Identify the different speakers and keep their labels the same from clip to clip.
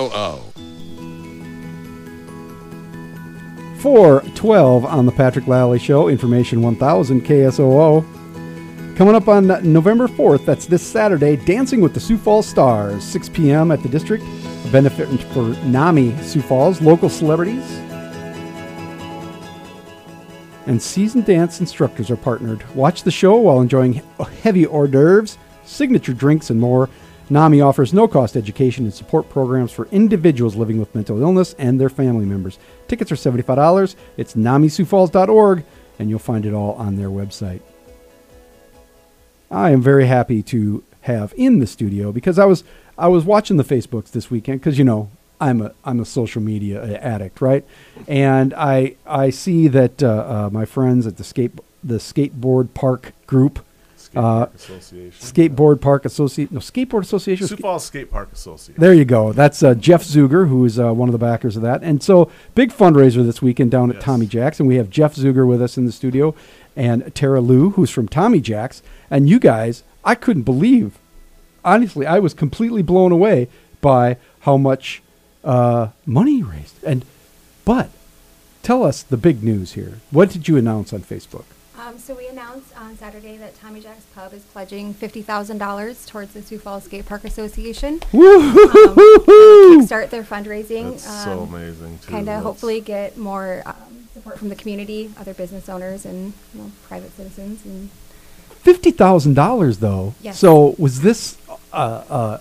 Speaker 1: XOO.
Speaker 2: 412 on the Patrick Lally Show, Information 1000 KSOO. Coming up on November 4th, that's this Saturday, Dancing with the Sioux Falls Stars, 6 p.m. at the district. A benefit for NAMI Sioux Falls, local celebrities. And seasoned dance instructors are partnered. Watch the show while enjoying heavy hors d'oeuvres, signature drinks, and more. NAMI offers no cost education and support programs for individuals living with mental illness and their family members. Tickets are $75. It's namisufalls.org, and you'll find it all on their website. I am very happy to have in the studio because I was I was watching the Facebooks this weekend because you know I'm a I'm a social media addict, right? And I I see that uh, uh, my friends at the skate the skateboard park group,
Speaker 3: Skateboard Association.
Speaker 2: skateboard park associate no skateboard association.
Speaker 3: Sioux Falls Skate Park Association.
Speaker 2: There you go. That's uh, Jeff Zuger, who is uh, one of the backers of that. And so, big fundraiser this weekend down at
Speaker 3: Yes.
Speaker 2: Tommy Jack's. And we have Jeff Zuger with us in the studio and Tara Lou, who's from Tommy Jack's. And you guys, I couldn't believe, honestly, I was completely blown away by how much uh, money you raised. And, but tell us the big news here. What did you announce on Facebook?
Speaker 4: Um, so we announced on Saturday that Tommy Jack's Pub is pledging fifty thousand dollars towards the Sioux Falls Skate Park Association.
Speaker 2: Woo-hoo-hoo-hoo-hoo!
Speaker 4: Start their fundraising.
Speaker 3: That's so amazing, too.
Speaker 4: Kind
Speaker 3: That's-
Speaker 4: of Uh, hopefully get more um, support from the community, other business owners, and you know, private citizens. And
Speaker 2: Fifty thousand dollars, though.
Speaker 4: Yes.
Speaker 2: So was this? Uh, uh,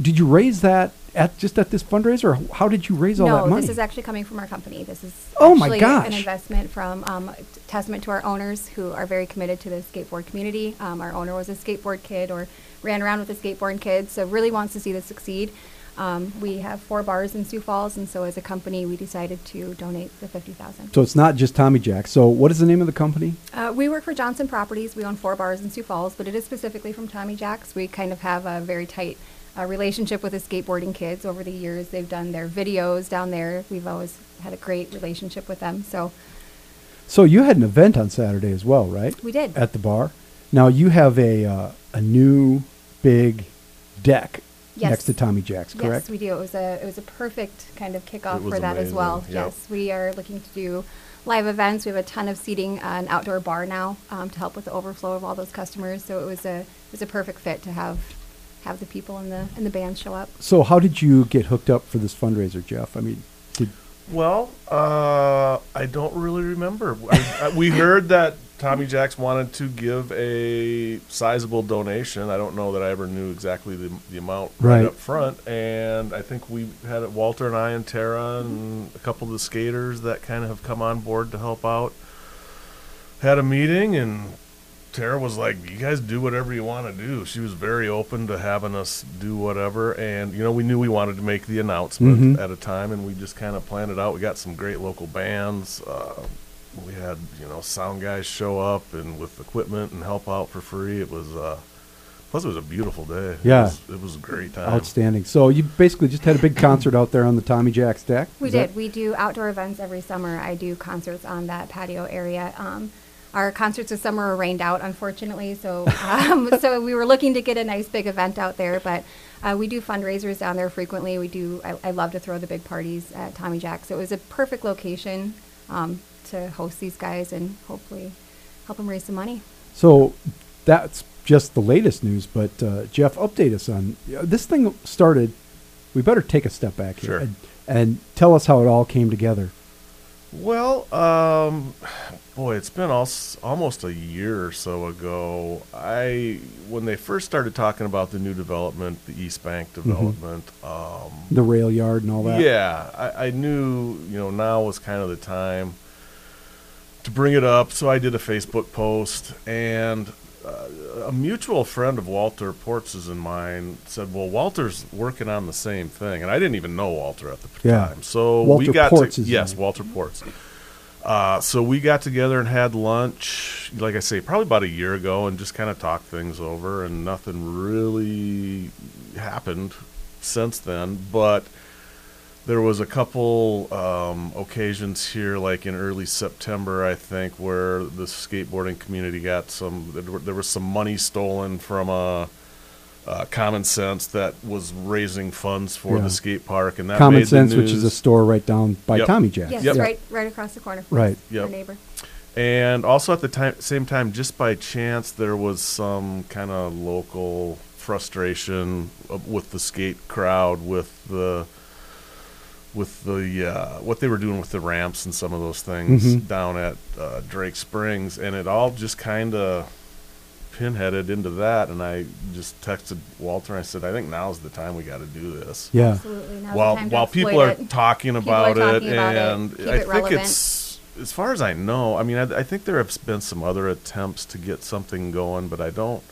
Speaker 2: did you raise that at just at this fundraiser? or How did you raise all
Speaker 4: no,
Speaker 2: that money?
Speaker 4: this is actually coming from our company. This is
Speaker 2: Oh my
Speaker 4: actually
Speaker 2: gosh.
Speaker 4: an investment from um, a testament to our owners who are very committed to the skateboard community. Um, our owner was a skateboard kid or ran around with a skateboard kid, so really wants to see this succeed. Um, we have four bars in Sioux Falls, and so as a company, we decided to donate the fifty thousand.
Speaker 2: so it's not just Tommy Jack. So what is the name of the company?
Speaker 4: Uh, we work for Johnson Properties. We own four bars in Sioux Falls, but it is specifically from Tommy Jack's. We kind of have a very tight uh, relationship with the skateboarding kids over the years. They've done their videos down there. We've always had a great relationship with them. So
Speaker 2: So you had an event on Saturday as well, right?
Speaker 4: we did.
Speaker 2: At the bar. Now you have a uh, a new big deck
Speaker 4: Yes.
Speaker 2: next to Tommy Jack's, correct?
Speaker 4: Yes, we do. It was a it was a perfect kind of kickoff
Speaker 3: It was
Speaker 4: for that as well.
Speaker 3: amazing, yep.
Speaker 4: Yes, we are looking to do live events. We have a ton of seating, uh, an outdoor bar now um, to help with the overflow of all those customers. So it was a it was a perfect fit to have have the people and the and the band show up.
Speaker 2: so how did you get hooked up for this fundraiser, Jeff? I mean, did,
Speaker 3: Well, uh, I don't really remember. I, I, we heard that Tommy Jacks wanted to give a sizable donation. I don't know that I ever knew exactly the, the amount right.
Speaker 2: Right.
Speaker 3: up front. And I think we had it, Walter and I and Tara and a couple of the skaters that kind of have come on board to help out. Had a meeting and Tara was like, "You guys do whatever you want to do." She was very open to having us do whatever, and you know, we knew we wanted to make the announcement
Speaker 2: Mhm.
Speaker 3: at a time, and we just kind of planned it out. We got some great local bands. Uh, we had you know sound guys show up and with equipment and help out for free. It was uh, plus it was a beautiful day. It
Speaker 2: Yeah.
Speaker 3: was- it was, a great time.
Speaker 2: outstanding. So you basically just had a big concert out there on the Tommy Jack's deck.
Speaker 4: We
Speaker 2: Is that-
Speaker 4: did. We do outdoor events every summer. I do concerts on that patio area. Um, our concerts this summer were rained out, unfortunately, so um, so we were looking to get a nice big event out there. But uh, we do fundraisers down there frequently. We do. I, I love to throw the big parties at Tommy Jack's. So it was a perfect location um, to host these guys and hopefully help them raise some money.
Speaker 2: So that's just the latest news. But uh, Jeff, update us on uh, this thing started. We better take a step back here
Speaker 3: Sure.
Speaker 2: and, and tell us how it all came together.
Speaker 3: Well, um, boy, it's been al- almost a year or so ago. I when they first started talking about the new development, the East Bank development. Um,
Speaker 2: The rail yard and all that.
Speaker 3: yeah, I, I knew you know now was kind of the time to bring it up, so I did a Facebook post, and uh, a mutual friend of Walter Portz's and mine said, "Well, Walter's working on the same thing," and I didn't even know Walter at the p-
Speaker 2: Yeah.
Speaker 3: time. So
Speaker 2: Walter
Speaker 3: we got
Speaker 2: Portz
Speaker 3: to,
Speaker 2: is
Speaker 3: yes,
Speaker 2: his
Speaker 3: Walter Portz. Uh, so we got together and had lunch, like I say, probably about a year ago, and just kind of talked things over, and nothing really happened since then. But there was a couple um, occasions here, like in early September, I think, where the skateboarding community got some. There were- there was some money stolen from a uh, Common Sense that was raising funds for
Speaker 2: Yeah.
Speaker 3: the skate park, and that
Speaker 2: Common
Speaker 3: made
Speaker 2: Sense,
Speaker 3: the news.
Speaker 2: which is a store right down by
Speaker 3: Yep.
Speaker 2: Tommy Jack's.
Speaker 4: Yes,
Speaker 3: Yep.
Speaker 4: right, right across the corner. from
Speaker 2: Right.
Speaker 4: us, Our
Speaker 3: Yep.
Speaker 4: neighbor.
Speaker 3: And also at the time, same time, just by chance, there was some kind of local frustration uh, with the skate crowd, with the with the uh, what they were doing with the ramps and some of those things
Speaker 2: Mhm.
Speaker 3: down at uh, Drake Springs, and it all just kind of pinheaded into that. And I just texted Walter. and I said, I think now's the time we got to do this
Speaker 2: Yeah.
Speaker 4: Absolutely. Now's
Speaker 3: while
Speaker 4: the time to
Speaker 3: while people
Speaker 4: exploit
Speaker 3: are
Speaker 4: it.
Speaker 3: talking
Speaker 4: People are
Speaker 3: about
Speaker 4: talking
Speaker 3: it,
Speaker 4: about it.
Speaker 3: and
Speaker 4: Keep
Speaker 3: I
Speaker 4: it
Speaker 3: think
Speaker 4: relevant.
Speaker 3: it's as far as I know. I mean, I, I think there have been some other attempts to get something going, but I don't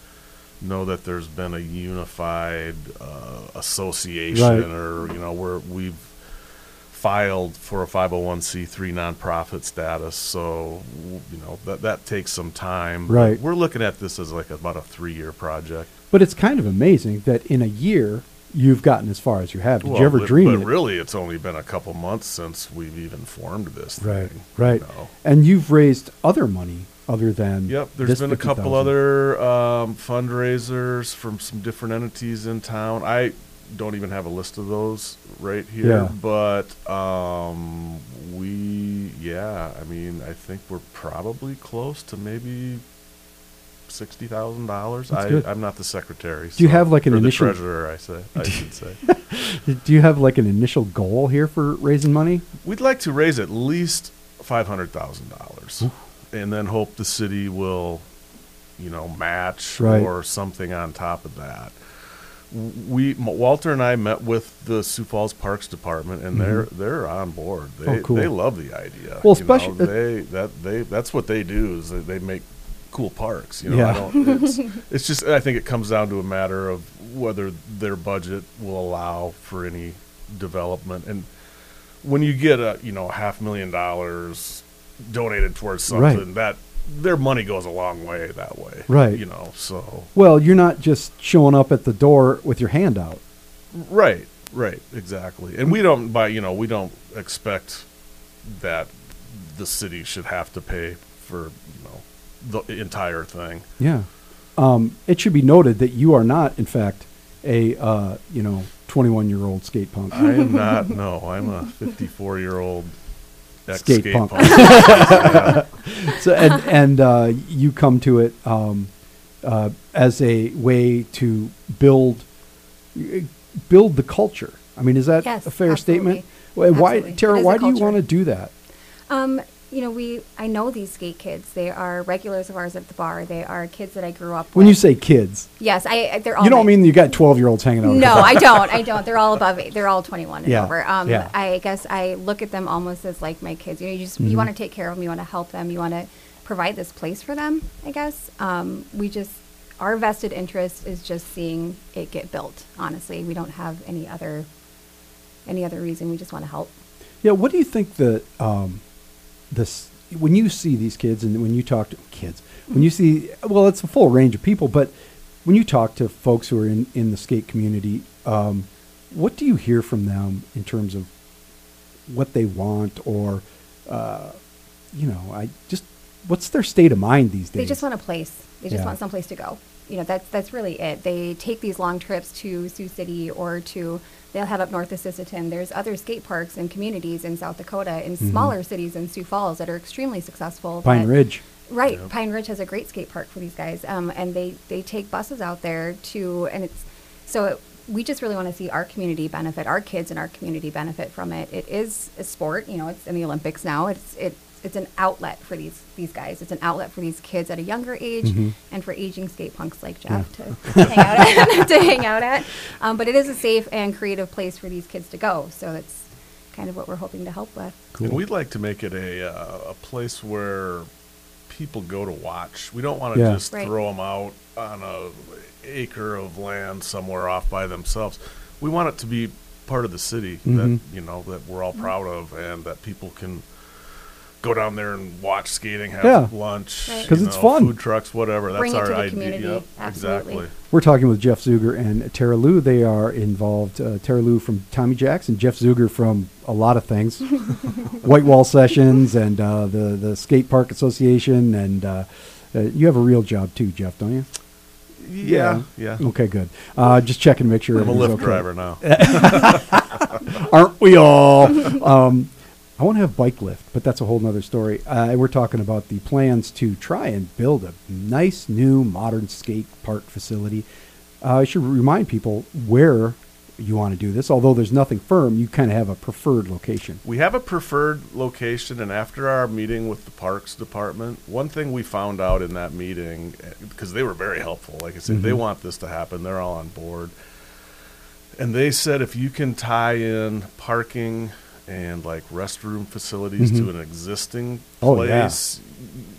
Speaker 3: know that there's been a unified uh, association
Speaker 2: Right.
Speaker 3: or you know where we've filed for a 501c3 nonprofit status. So w- you know that that takes some time. But
Speaker 2: Right.
Speaker 3: We're looking at this as like about a three-year project.
Speaker 2: But it's kind of amazing that in a year you've gotten as far as you have. Did
Speaker 3: Well,
Speaker 2: you ever
Speaker 3: but-
Speaker 2: dream
Speaker 3: But
Speaker 2: that-
Speaker 3: really, it's only been a couple months since we've even formed this.
Speaker 2: Right,
Speaker 3: thing,
Speaker 2: right.
Speaker 3: You know?
Speaker 2: And you've raised other money other than
Speaker 3: Yep. There's
Speaker 2: this
Speaker 3: been a couple
Speaker 2: 50,000.
Speaker 3: other um, fundraisers from some different entities in town. I don't even have a list of those right here,
Speaker 2: Yeah.
Speaker 3: but um, we, yeah. I mean, I think we're probably close to maybe. Sixty thousand dollars.
Speaker 2: That's good.
Speaker 3: I'm not the secretary.
Speaker 2: Do you have, like, an
Speaker 3: or the
Speaker 2: initial-
Speaker 3: treasurer? I say. I should say.
Speaker 2: Do you have like an initial goal here for raising money?
Speaker 3: We'd like to raise at least five hundred thousand dollars, and then hope the city will, you know, match
Speaker 2: Right.
Speaker 3: or something on top of that. We M- Walter and I met with the Sioux Falls Parks Department, and they're they're on board. They
Speaker 2: Mm-hmm. Oh, cool.
Speaker 3: they love the idea.
Speaker 2: Well,
Speaker 3: you know,
Speaker 2: especially- uh,
Speaker 3: they that they that's what they do is they, they make cool parks. You know, I
Speaker 2: Yeah.
Speaker 3: don't. It's, it's just I think it comes down to a matter of whether their budget will allow for any development and when you get a you know half million dollars donated towards
Speaker 2: Right.
Speaker 3: something that their money goes a long way that way
Speaker 2: Right.
Speaker 3: you know so
Speaker 2: Well, you're not just showing up at the door with your hand out.
Speaker 3: right right exactly and we don't buy you know we don't expect that the city should have to pay for you know the entire thing
Speaker 2: Yeah. Um, it should be noted that you are not, in fact, a uh, you know 21 year old skate punk.
Speaker 3: i am not no i'm a 54 year old ex
Speaker 2: Skate
Speaker 3: skate,
Speaker 2: punk.
Speaker 3: punk,
Speaker 2: so and and uh, you come to it um, uh, as a way to build build the culture. I mean, is that
Speaker 4: Yes,
Speaker 2: a fair statement? Why,
Speaker 4: absolutely.
Speaker 2: why
Speaker 4: Absolutely. It
Speaker 2: Tara?
Speaker 4: is a
Speaker 2: Why do you
Speaker 4: culture.
Speaker 2: want to do that?
Speaker 4: Um, you know, we I know these skate kids. They are regulars of ours at the bar. They are kids that I grew up with.
Speaker 2: When you say kids,
Speaker 4: yes, I I- they're all
Speaker 2: you don't
Speaker 4: my-
Speaker 2: mean you got 12 year olds hanging out.
Speaker 4: No, I don't. I don't. They're all above. Eight. They're all 21 and
Speaker 2: Yeah,
Speaker 4: over. Um,
Speaker 2: yeah.
Speaker 4: I guess I look at them almost as like my kids. You know, you just
Speaker 2: Mhm.
Speaker 4: you want to take care of them. You want to help them. You want to provide this place for them. I guess. Um, we just our vested interest is just seeing it get built. Honestly, we don't have any other any other reason. We just want to help.
Speaker 2: Yeah, what do you think the um, this when you see these kids and when you talk to kids, when you see well, it's a full range of people, but when you talk to folks who are in in the skate community, um, what do you hear from them in terms of what they want or uh, you know, I just what's their state of mind these days?
Speaker 4: They just want a place. They just
Speaker 2: Yeah.
Speaker 4: want someplace to go. You know, that's that's really it. They take these long trips to Sioux City or to they'll head up north to Sisseton. There's other skate parks and communities in South Dakota and smaller cities in Sioux Falls that are extremely successful.
Speaker 2: Mm-hmm. Pine
Speaker 4: that-
Speaker 2: Ridge.
Speaker 4: Right.
Speaker 3: Yep.
Speaker 4: Pine Ridge has a great skate park for these guys, um, and they they take buses out there to, and it's so it, we just really want to see our community benefit, our kids in our community benefit from it. It is a sport, you know. It's in the Olympics now. It's it. It's an outlet for these these guys. It's an outlet for these kids at a younger age, and for aging skate punks like Jeff to, hang out at, to hang out at. Um, but it is a safe and creative place for these kids to go. So it's kind of what we're hoping to help with.
Speaker 2: Cool.
Speaker 3: And we'd like to make it a uh, a place where people go to watch. We don't want to
Speaker 2: Yeah.
Speaker 3: just throw 'em
Speaker 4: Right.
Speaker 3: throw them out on a acre of land somewhere off by themselves. We want it to be part of the city
Speaker 2: Mhm.
Speaker 3: that you know that we're all
Speaker 4: Mm-hmm.
Speaker 3: proud of, and that people can go down there and watch skating, have
Speaker 2: Yeah.
Speaker 3: lunch,
Speaker 4: Right.
Speaker 2: 'Cause
Speaker 3: you
Speaker 2: it's
Speaker 3: know,
Speaker 2: fun.
Speaker 3: Food trucks, whatever. That's
Speaker 4: Bring it
Speaker 3: our
Speaker 4: to the
Speaker 3: idea.
Speaker 4: community.
Speaker 3: Yep,
Speaker 4: Absolutely.
Speaker 3: Exactly.
Speaker 2: We're talking with Jeff Zuger and Tara Lou. They are involved. Uh, Tara Lou from Tommy Jacks and Jeff Zuger from a lot of things, White Wall Sessions and uh, the the Skate Park Association. And uh, uh, you have a real job too, Jeff, don't you?
Speaker 3: Yeah, yeah.
Speaker 2: Okay, good. Uh, just checking to make sure
Speaker 3: I'm a
Speaker 2: everything's
Speaker 3: Lyft
Speaker 2: okay.
Speaker 3: driver now.
Speaker 2: aren't we all? um, I want to have bike lift, but that's a whole nother story. Uh, we're talking about the plans to try and build a nice new modern skate park facility. Uh, I should remind people where you want to do this. Although there's nothing firm, you kind of have a preferred location.
Speaker 3: We have a preferred location, and after our meeting with the Parks Department, one thing we found out in that meeting, because they were very helpful, like I said,
Speaker 2: Mm-hmm.
Speaker 3: they want this to happen, they're all on board. And they said if you can tie in parking and like restroom facilities to an existing
Speaker 2: Mm-hmm. Oh, yeah.
Speaker 3: place,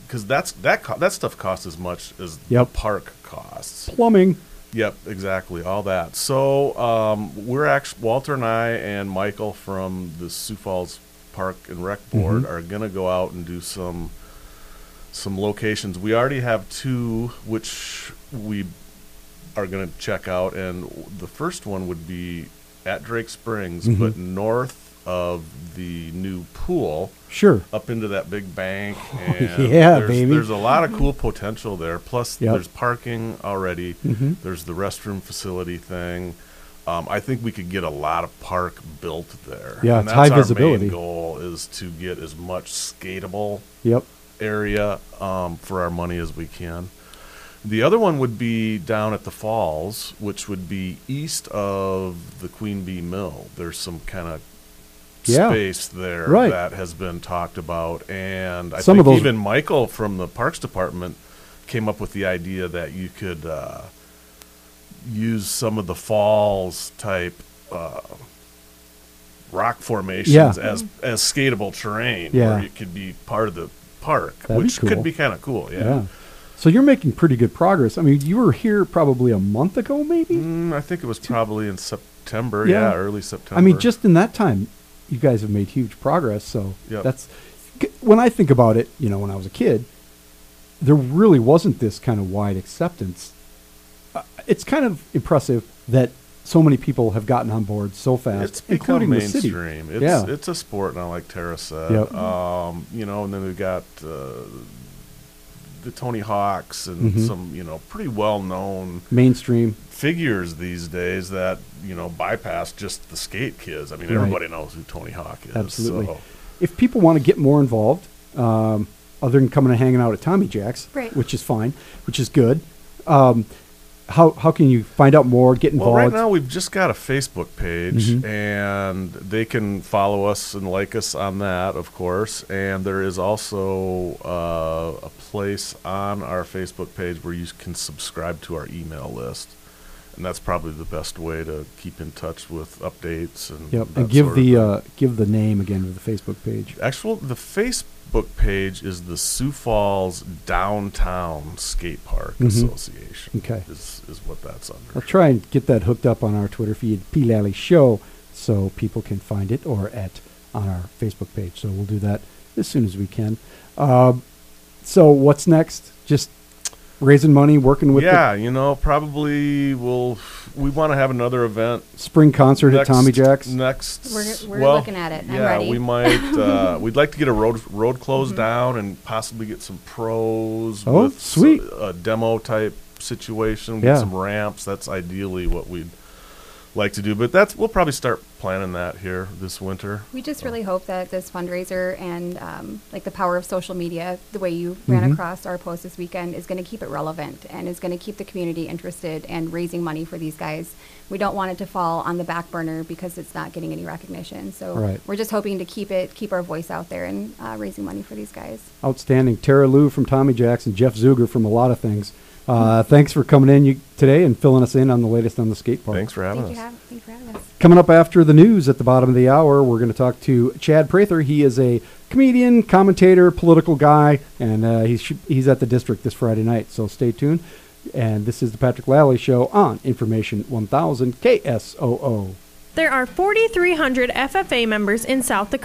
Speaker 3: because that's that co- that stuff costs as much as
Speaker 2: Yep.
Speaker 3: the park costs.
Speaker 2: Plumbing.
Speaker 3: Yep, exactly. All that. So um, we're actually Walter and I and Michael from the Sioux Falls Park and Rec Board are gonna go out and do some some locations. We already have two, which we are gonna check out, and w- the first one would be at Drake Springs, but north of the new pool
Speaker 2: Sure.
Speaker 3: up into that big bank. And
Speaker 2: yeah,
Speaker 3: there's,
Speaker 2: baby.
Speaker 3: There's a lot of cool potential there. Plus,
Speaker 2: Yep. Mm-hmm.
Speaker 3: there's parking already. There's the restroom facility thing. Um, I think we could get a lot of park built there.
Speaker 2: Yeah,
Speaker 3: and
Speaker 2: it's
Speaker 3: that's
Speaker 2: high
Speaker 3: our
Speaker 2: visibility.
Speaker 3: Main goal is to get as much skatable
Speaker 2: Yep.
Speaker 3: area um, for our money as we can. The other one would be down at the falls, which would be east of the Queen Bee Mill. There's some kind of
Speaker 2: Yeah.
Speaker 3: space there
Speaker 2: Right.
Speaker 3: that has been talked about, and I
Speaker 2: Some of
Speaker 3: think
Speaker 2: those-
Speaker 3: even Michael from the Parks Department came up with the idea that you could uh, use some of the falls type. Uh, rock formations as as skatable terrain
Speaker 2: Mm-hmm. Yeah.
Speaker 3: where it could be part of the park
Speaker 2: That'd be
Speaker 3: which
Speaker 2: cool.
Speaker 3: could be kind of cool yeah,
Speaker 2: Yeah. So you're making pretty good progress. I mean, you were here probably a month ago, maybe.
Speaker 3: Mm, i think it was probably in september
Speaker 2: Yeah.
Speaker 3: yeah, early september
Speaker 2: I mean, just in that time, you guys have made huge progress. So
Speaker 3: Yep.
Speaker 2: that's g- when I think about it. You know, when I was a kid, there really wasn't this kind of wide acceptance. Uh, it's kind of impressive that so many people have gotten on board so fast,
Speaker 3: it's become
Speaker 2: including the city.
Speaker 3: mainstream it's
Speaker 2: yeah,
Speaker 3: it's a sport now like tara said
Speaker 2: Yep.
Speaker 3: um you know and then we've got uh, the tony hawks and
Speaker 2: Mhm.
Speaker 3: some you know pretty well known
Speaker 2: mainstream.
Speaker 3: figures these days that you know bypass just the skate kids i mean
Speaker 2: Right.
Speaker 3: everybody knows who tony hawk is
Speaker 2: Absolutely.
Speaker 3: so
Speaker 2: If people want to get more involved, um, other than coming and hanging out at Tommy Jack's,
Speaker 4: Right.
Speaker 2: which is fine, which is good. Um, how how can you find out more? Get
Speaker 3: Well,
Speaker 2: involved.
Speaker 3: right now we've just got a Facebook page,
Speaker 2: Mhm.
Speaker 3: and they can follow us and like us on that, of course. And there is also uh, a place on our Facebook page where you can subscribe to our email list, and that's probably the best way to keep in touch with updates and
Speaker 2: Yep,
Speaker 3: that
Speaker 2: and give
Speaker 3: sort of
Speaker 2: the
Speaker 3: thing.
Speaker 2: uh, give the name again of the Facebook page.
Speaker 3: actual the Facebook page is the Sioux Falls Downtown Skate Park
Speaker 2: Mhm.
Speaker 3: Association.
Speaker 2: Okay.
Speaker 3: is is what that's under.
Speaker 2: I'll try and get that hooked up on our Twitter feed, P Lally Show, so people can find it or at on our Facebook page. So we'll do that as soon as we can. Um, so what's next? Just raising money, working with
Speaker 3: yeah, you know, probably we'll we want to have another event
Speaker 2: the spring concert
Speaker 3: next,
Speaker 2: at Tommy Jack's.
Speaker 3: next.
Speaker 4: We're- we're
Speaker 3: well,
Speaker 4: looking at it. I'm
Speaker 3: Yeah,
Speaker 4: ready. Mm-hmm.
Speaker 3: we might. Uh, we'd like to get a road road closed down and possibly get some pros.
Speaker 2: Oh,
Speaker 3: with s- uh,
Speaker 2: sweet.
Speaker 3: a demo type situation.
Speaker 2: Yeah.
Speaker 3: Get some ramps. That's ideally what we'd like to do. But that's we'll probably start planning that here this winter.
Speaker 4: We just really hope that this fundraiser and um, like the power of social media, the way you ran across our post this weekend, is going to keep it relevant and is going to keep the community interested and raising money for these guys. We don't want it to fall on the back burner because it's not getting any recognition. So
Speaker 2: Right.
Speaker 4: we're just hoping to keep it, keep our voice out there and uh, raising money for these guys.
Speaker 2: Outstanding. Tara Lou from Tommy Jack's and Jeff Zuger from a lot of things. Uh, thanks for coming in you, today and filling us in on the latest on the skate park.
Speaker 3: Thanks for having
Speaker 4: Thank
Speaker 3: us.
Speaker 4: you, have, thank you for having us.
Speaker 2: Coming up after the news at the bottom of the hour, we're going to talk to Chad Prather. He is a comedian, commentator, political guy, and uh, he's he's at the district this Friday night. So stay tuned. And this is the Patrick Lally Show on Information 1000 KSOO.
Speaker 1: There are 4,300 FFA members in South Dakota.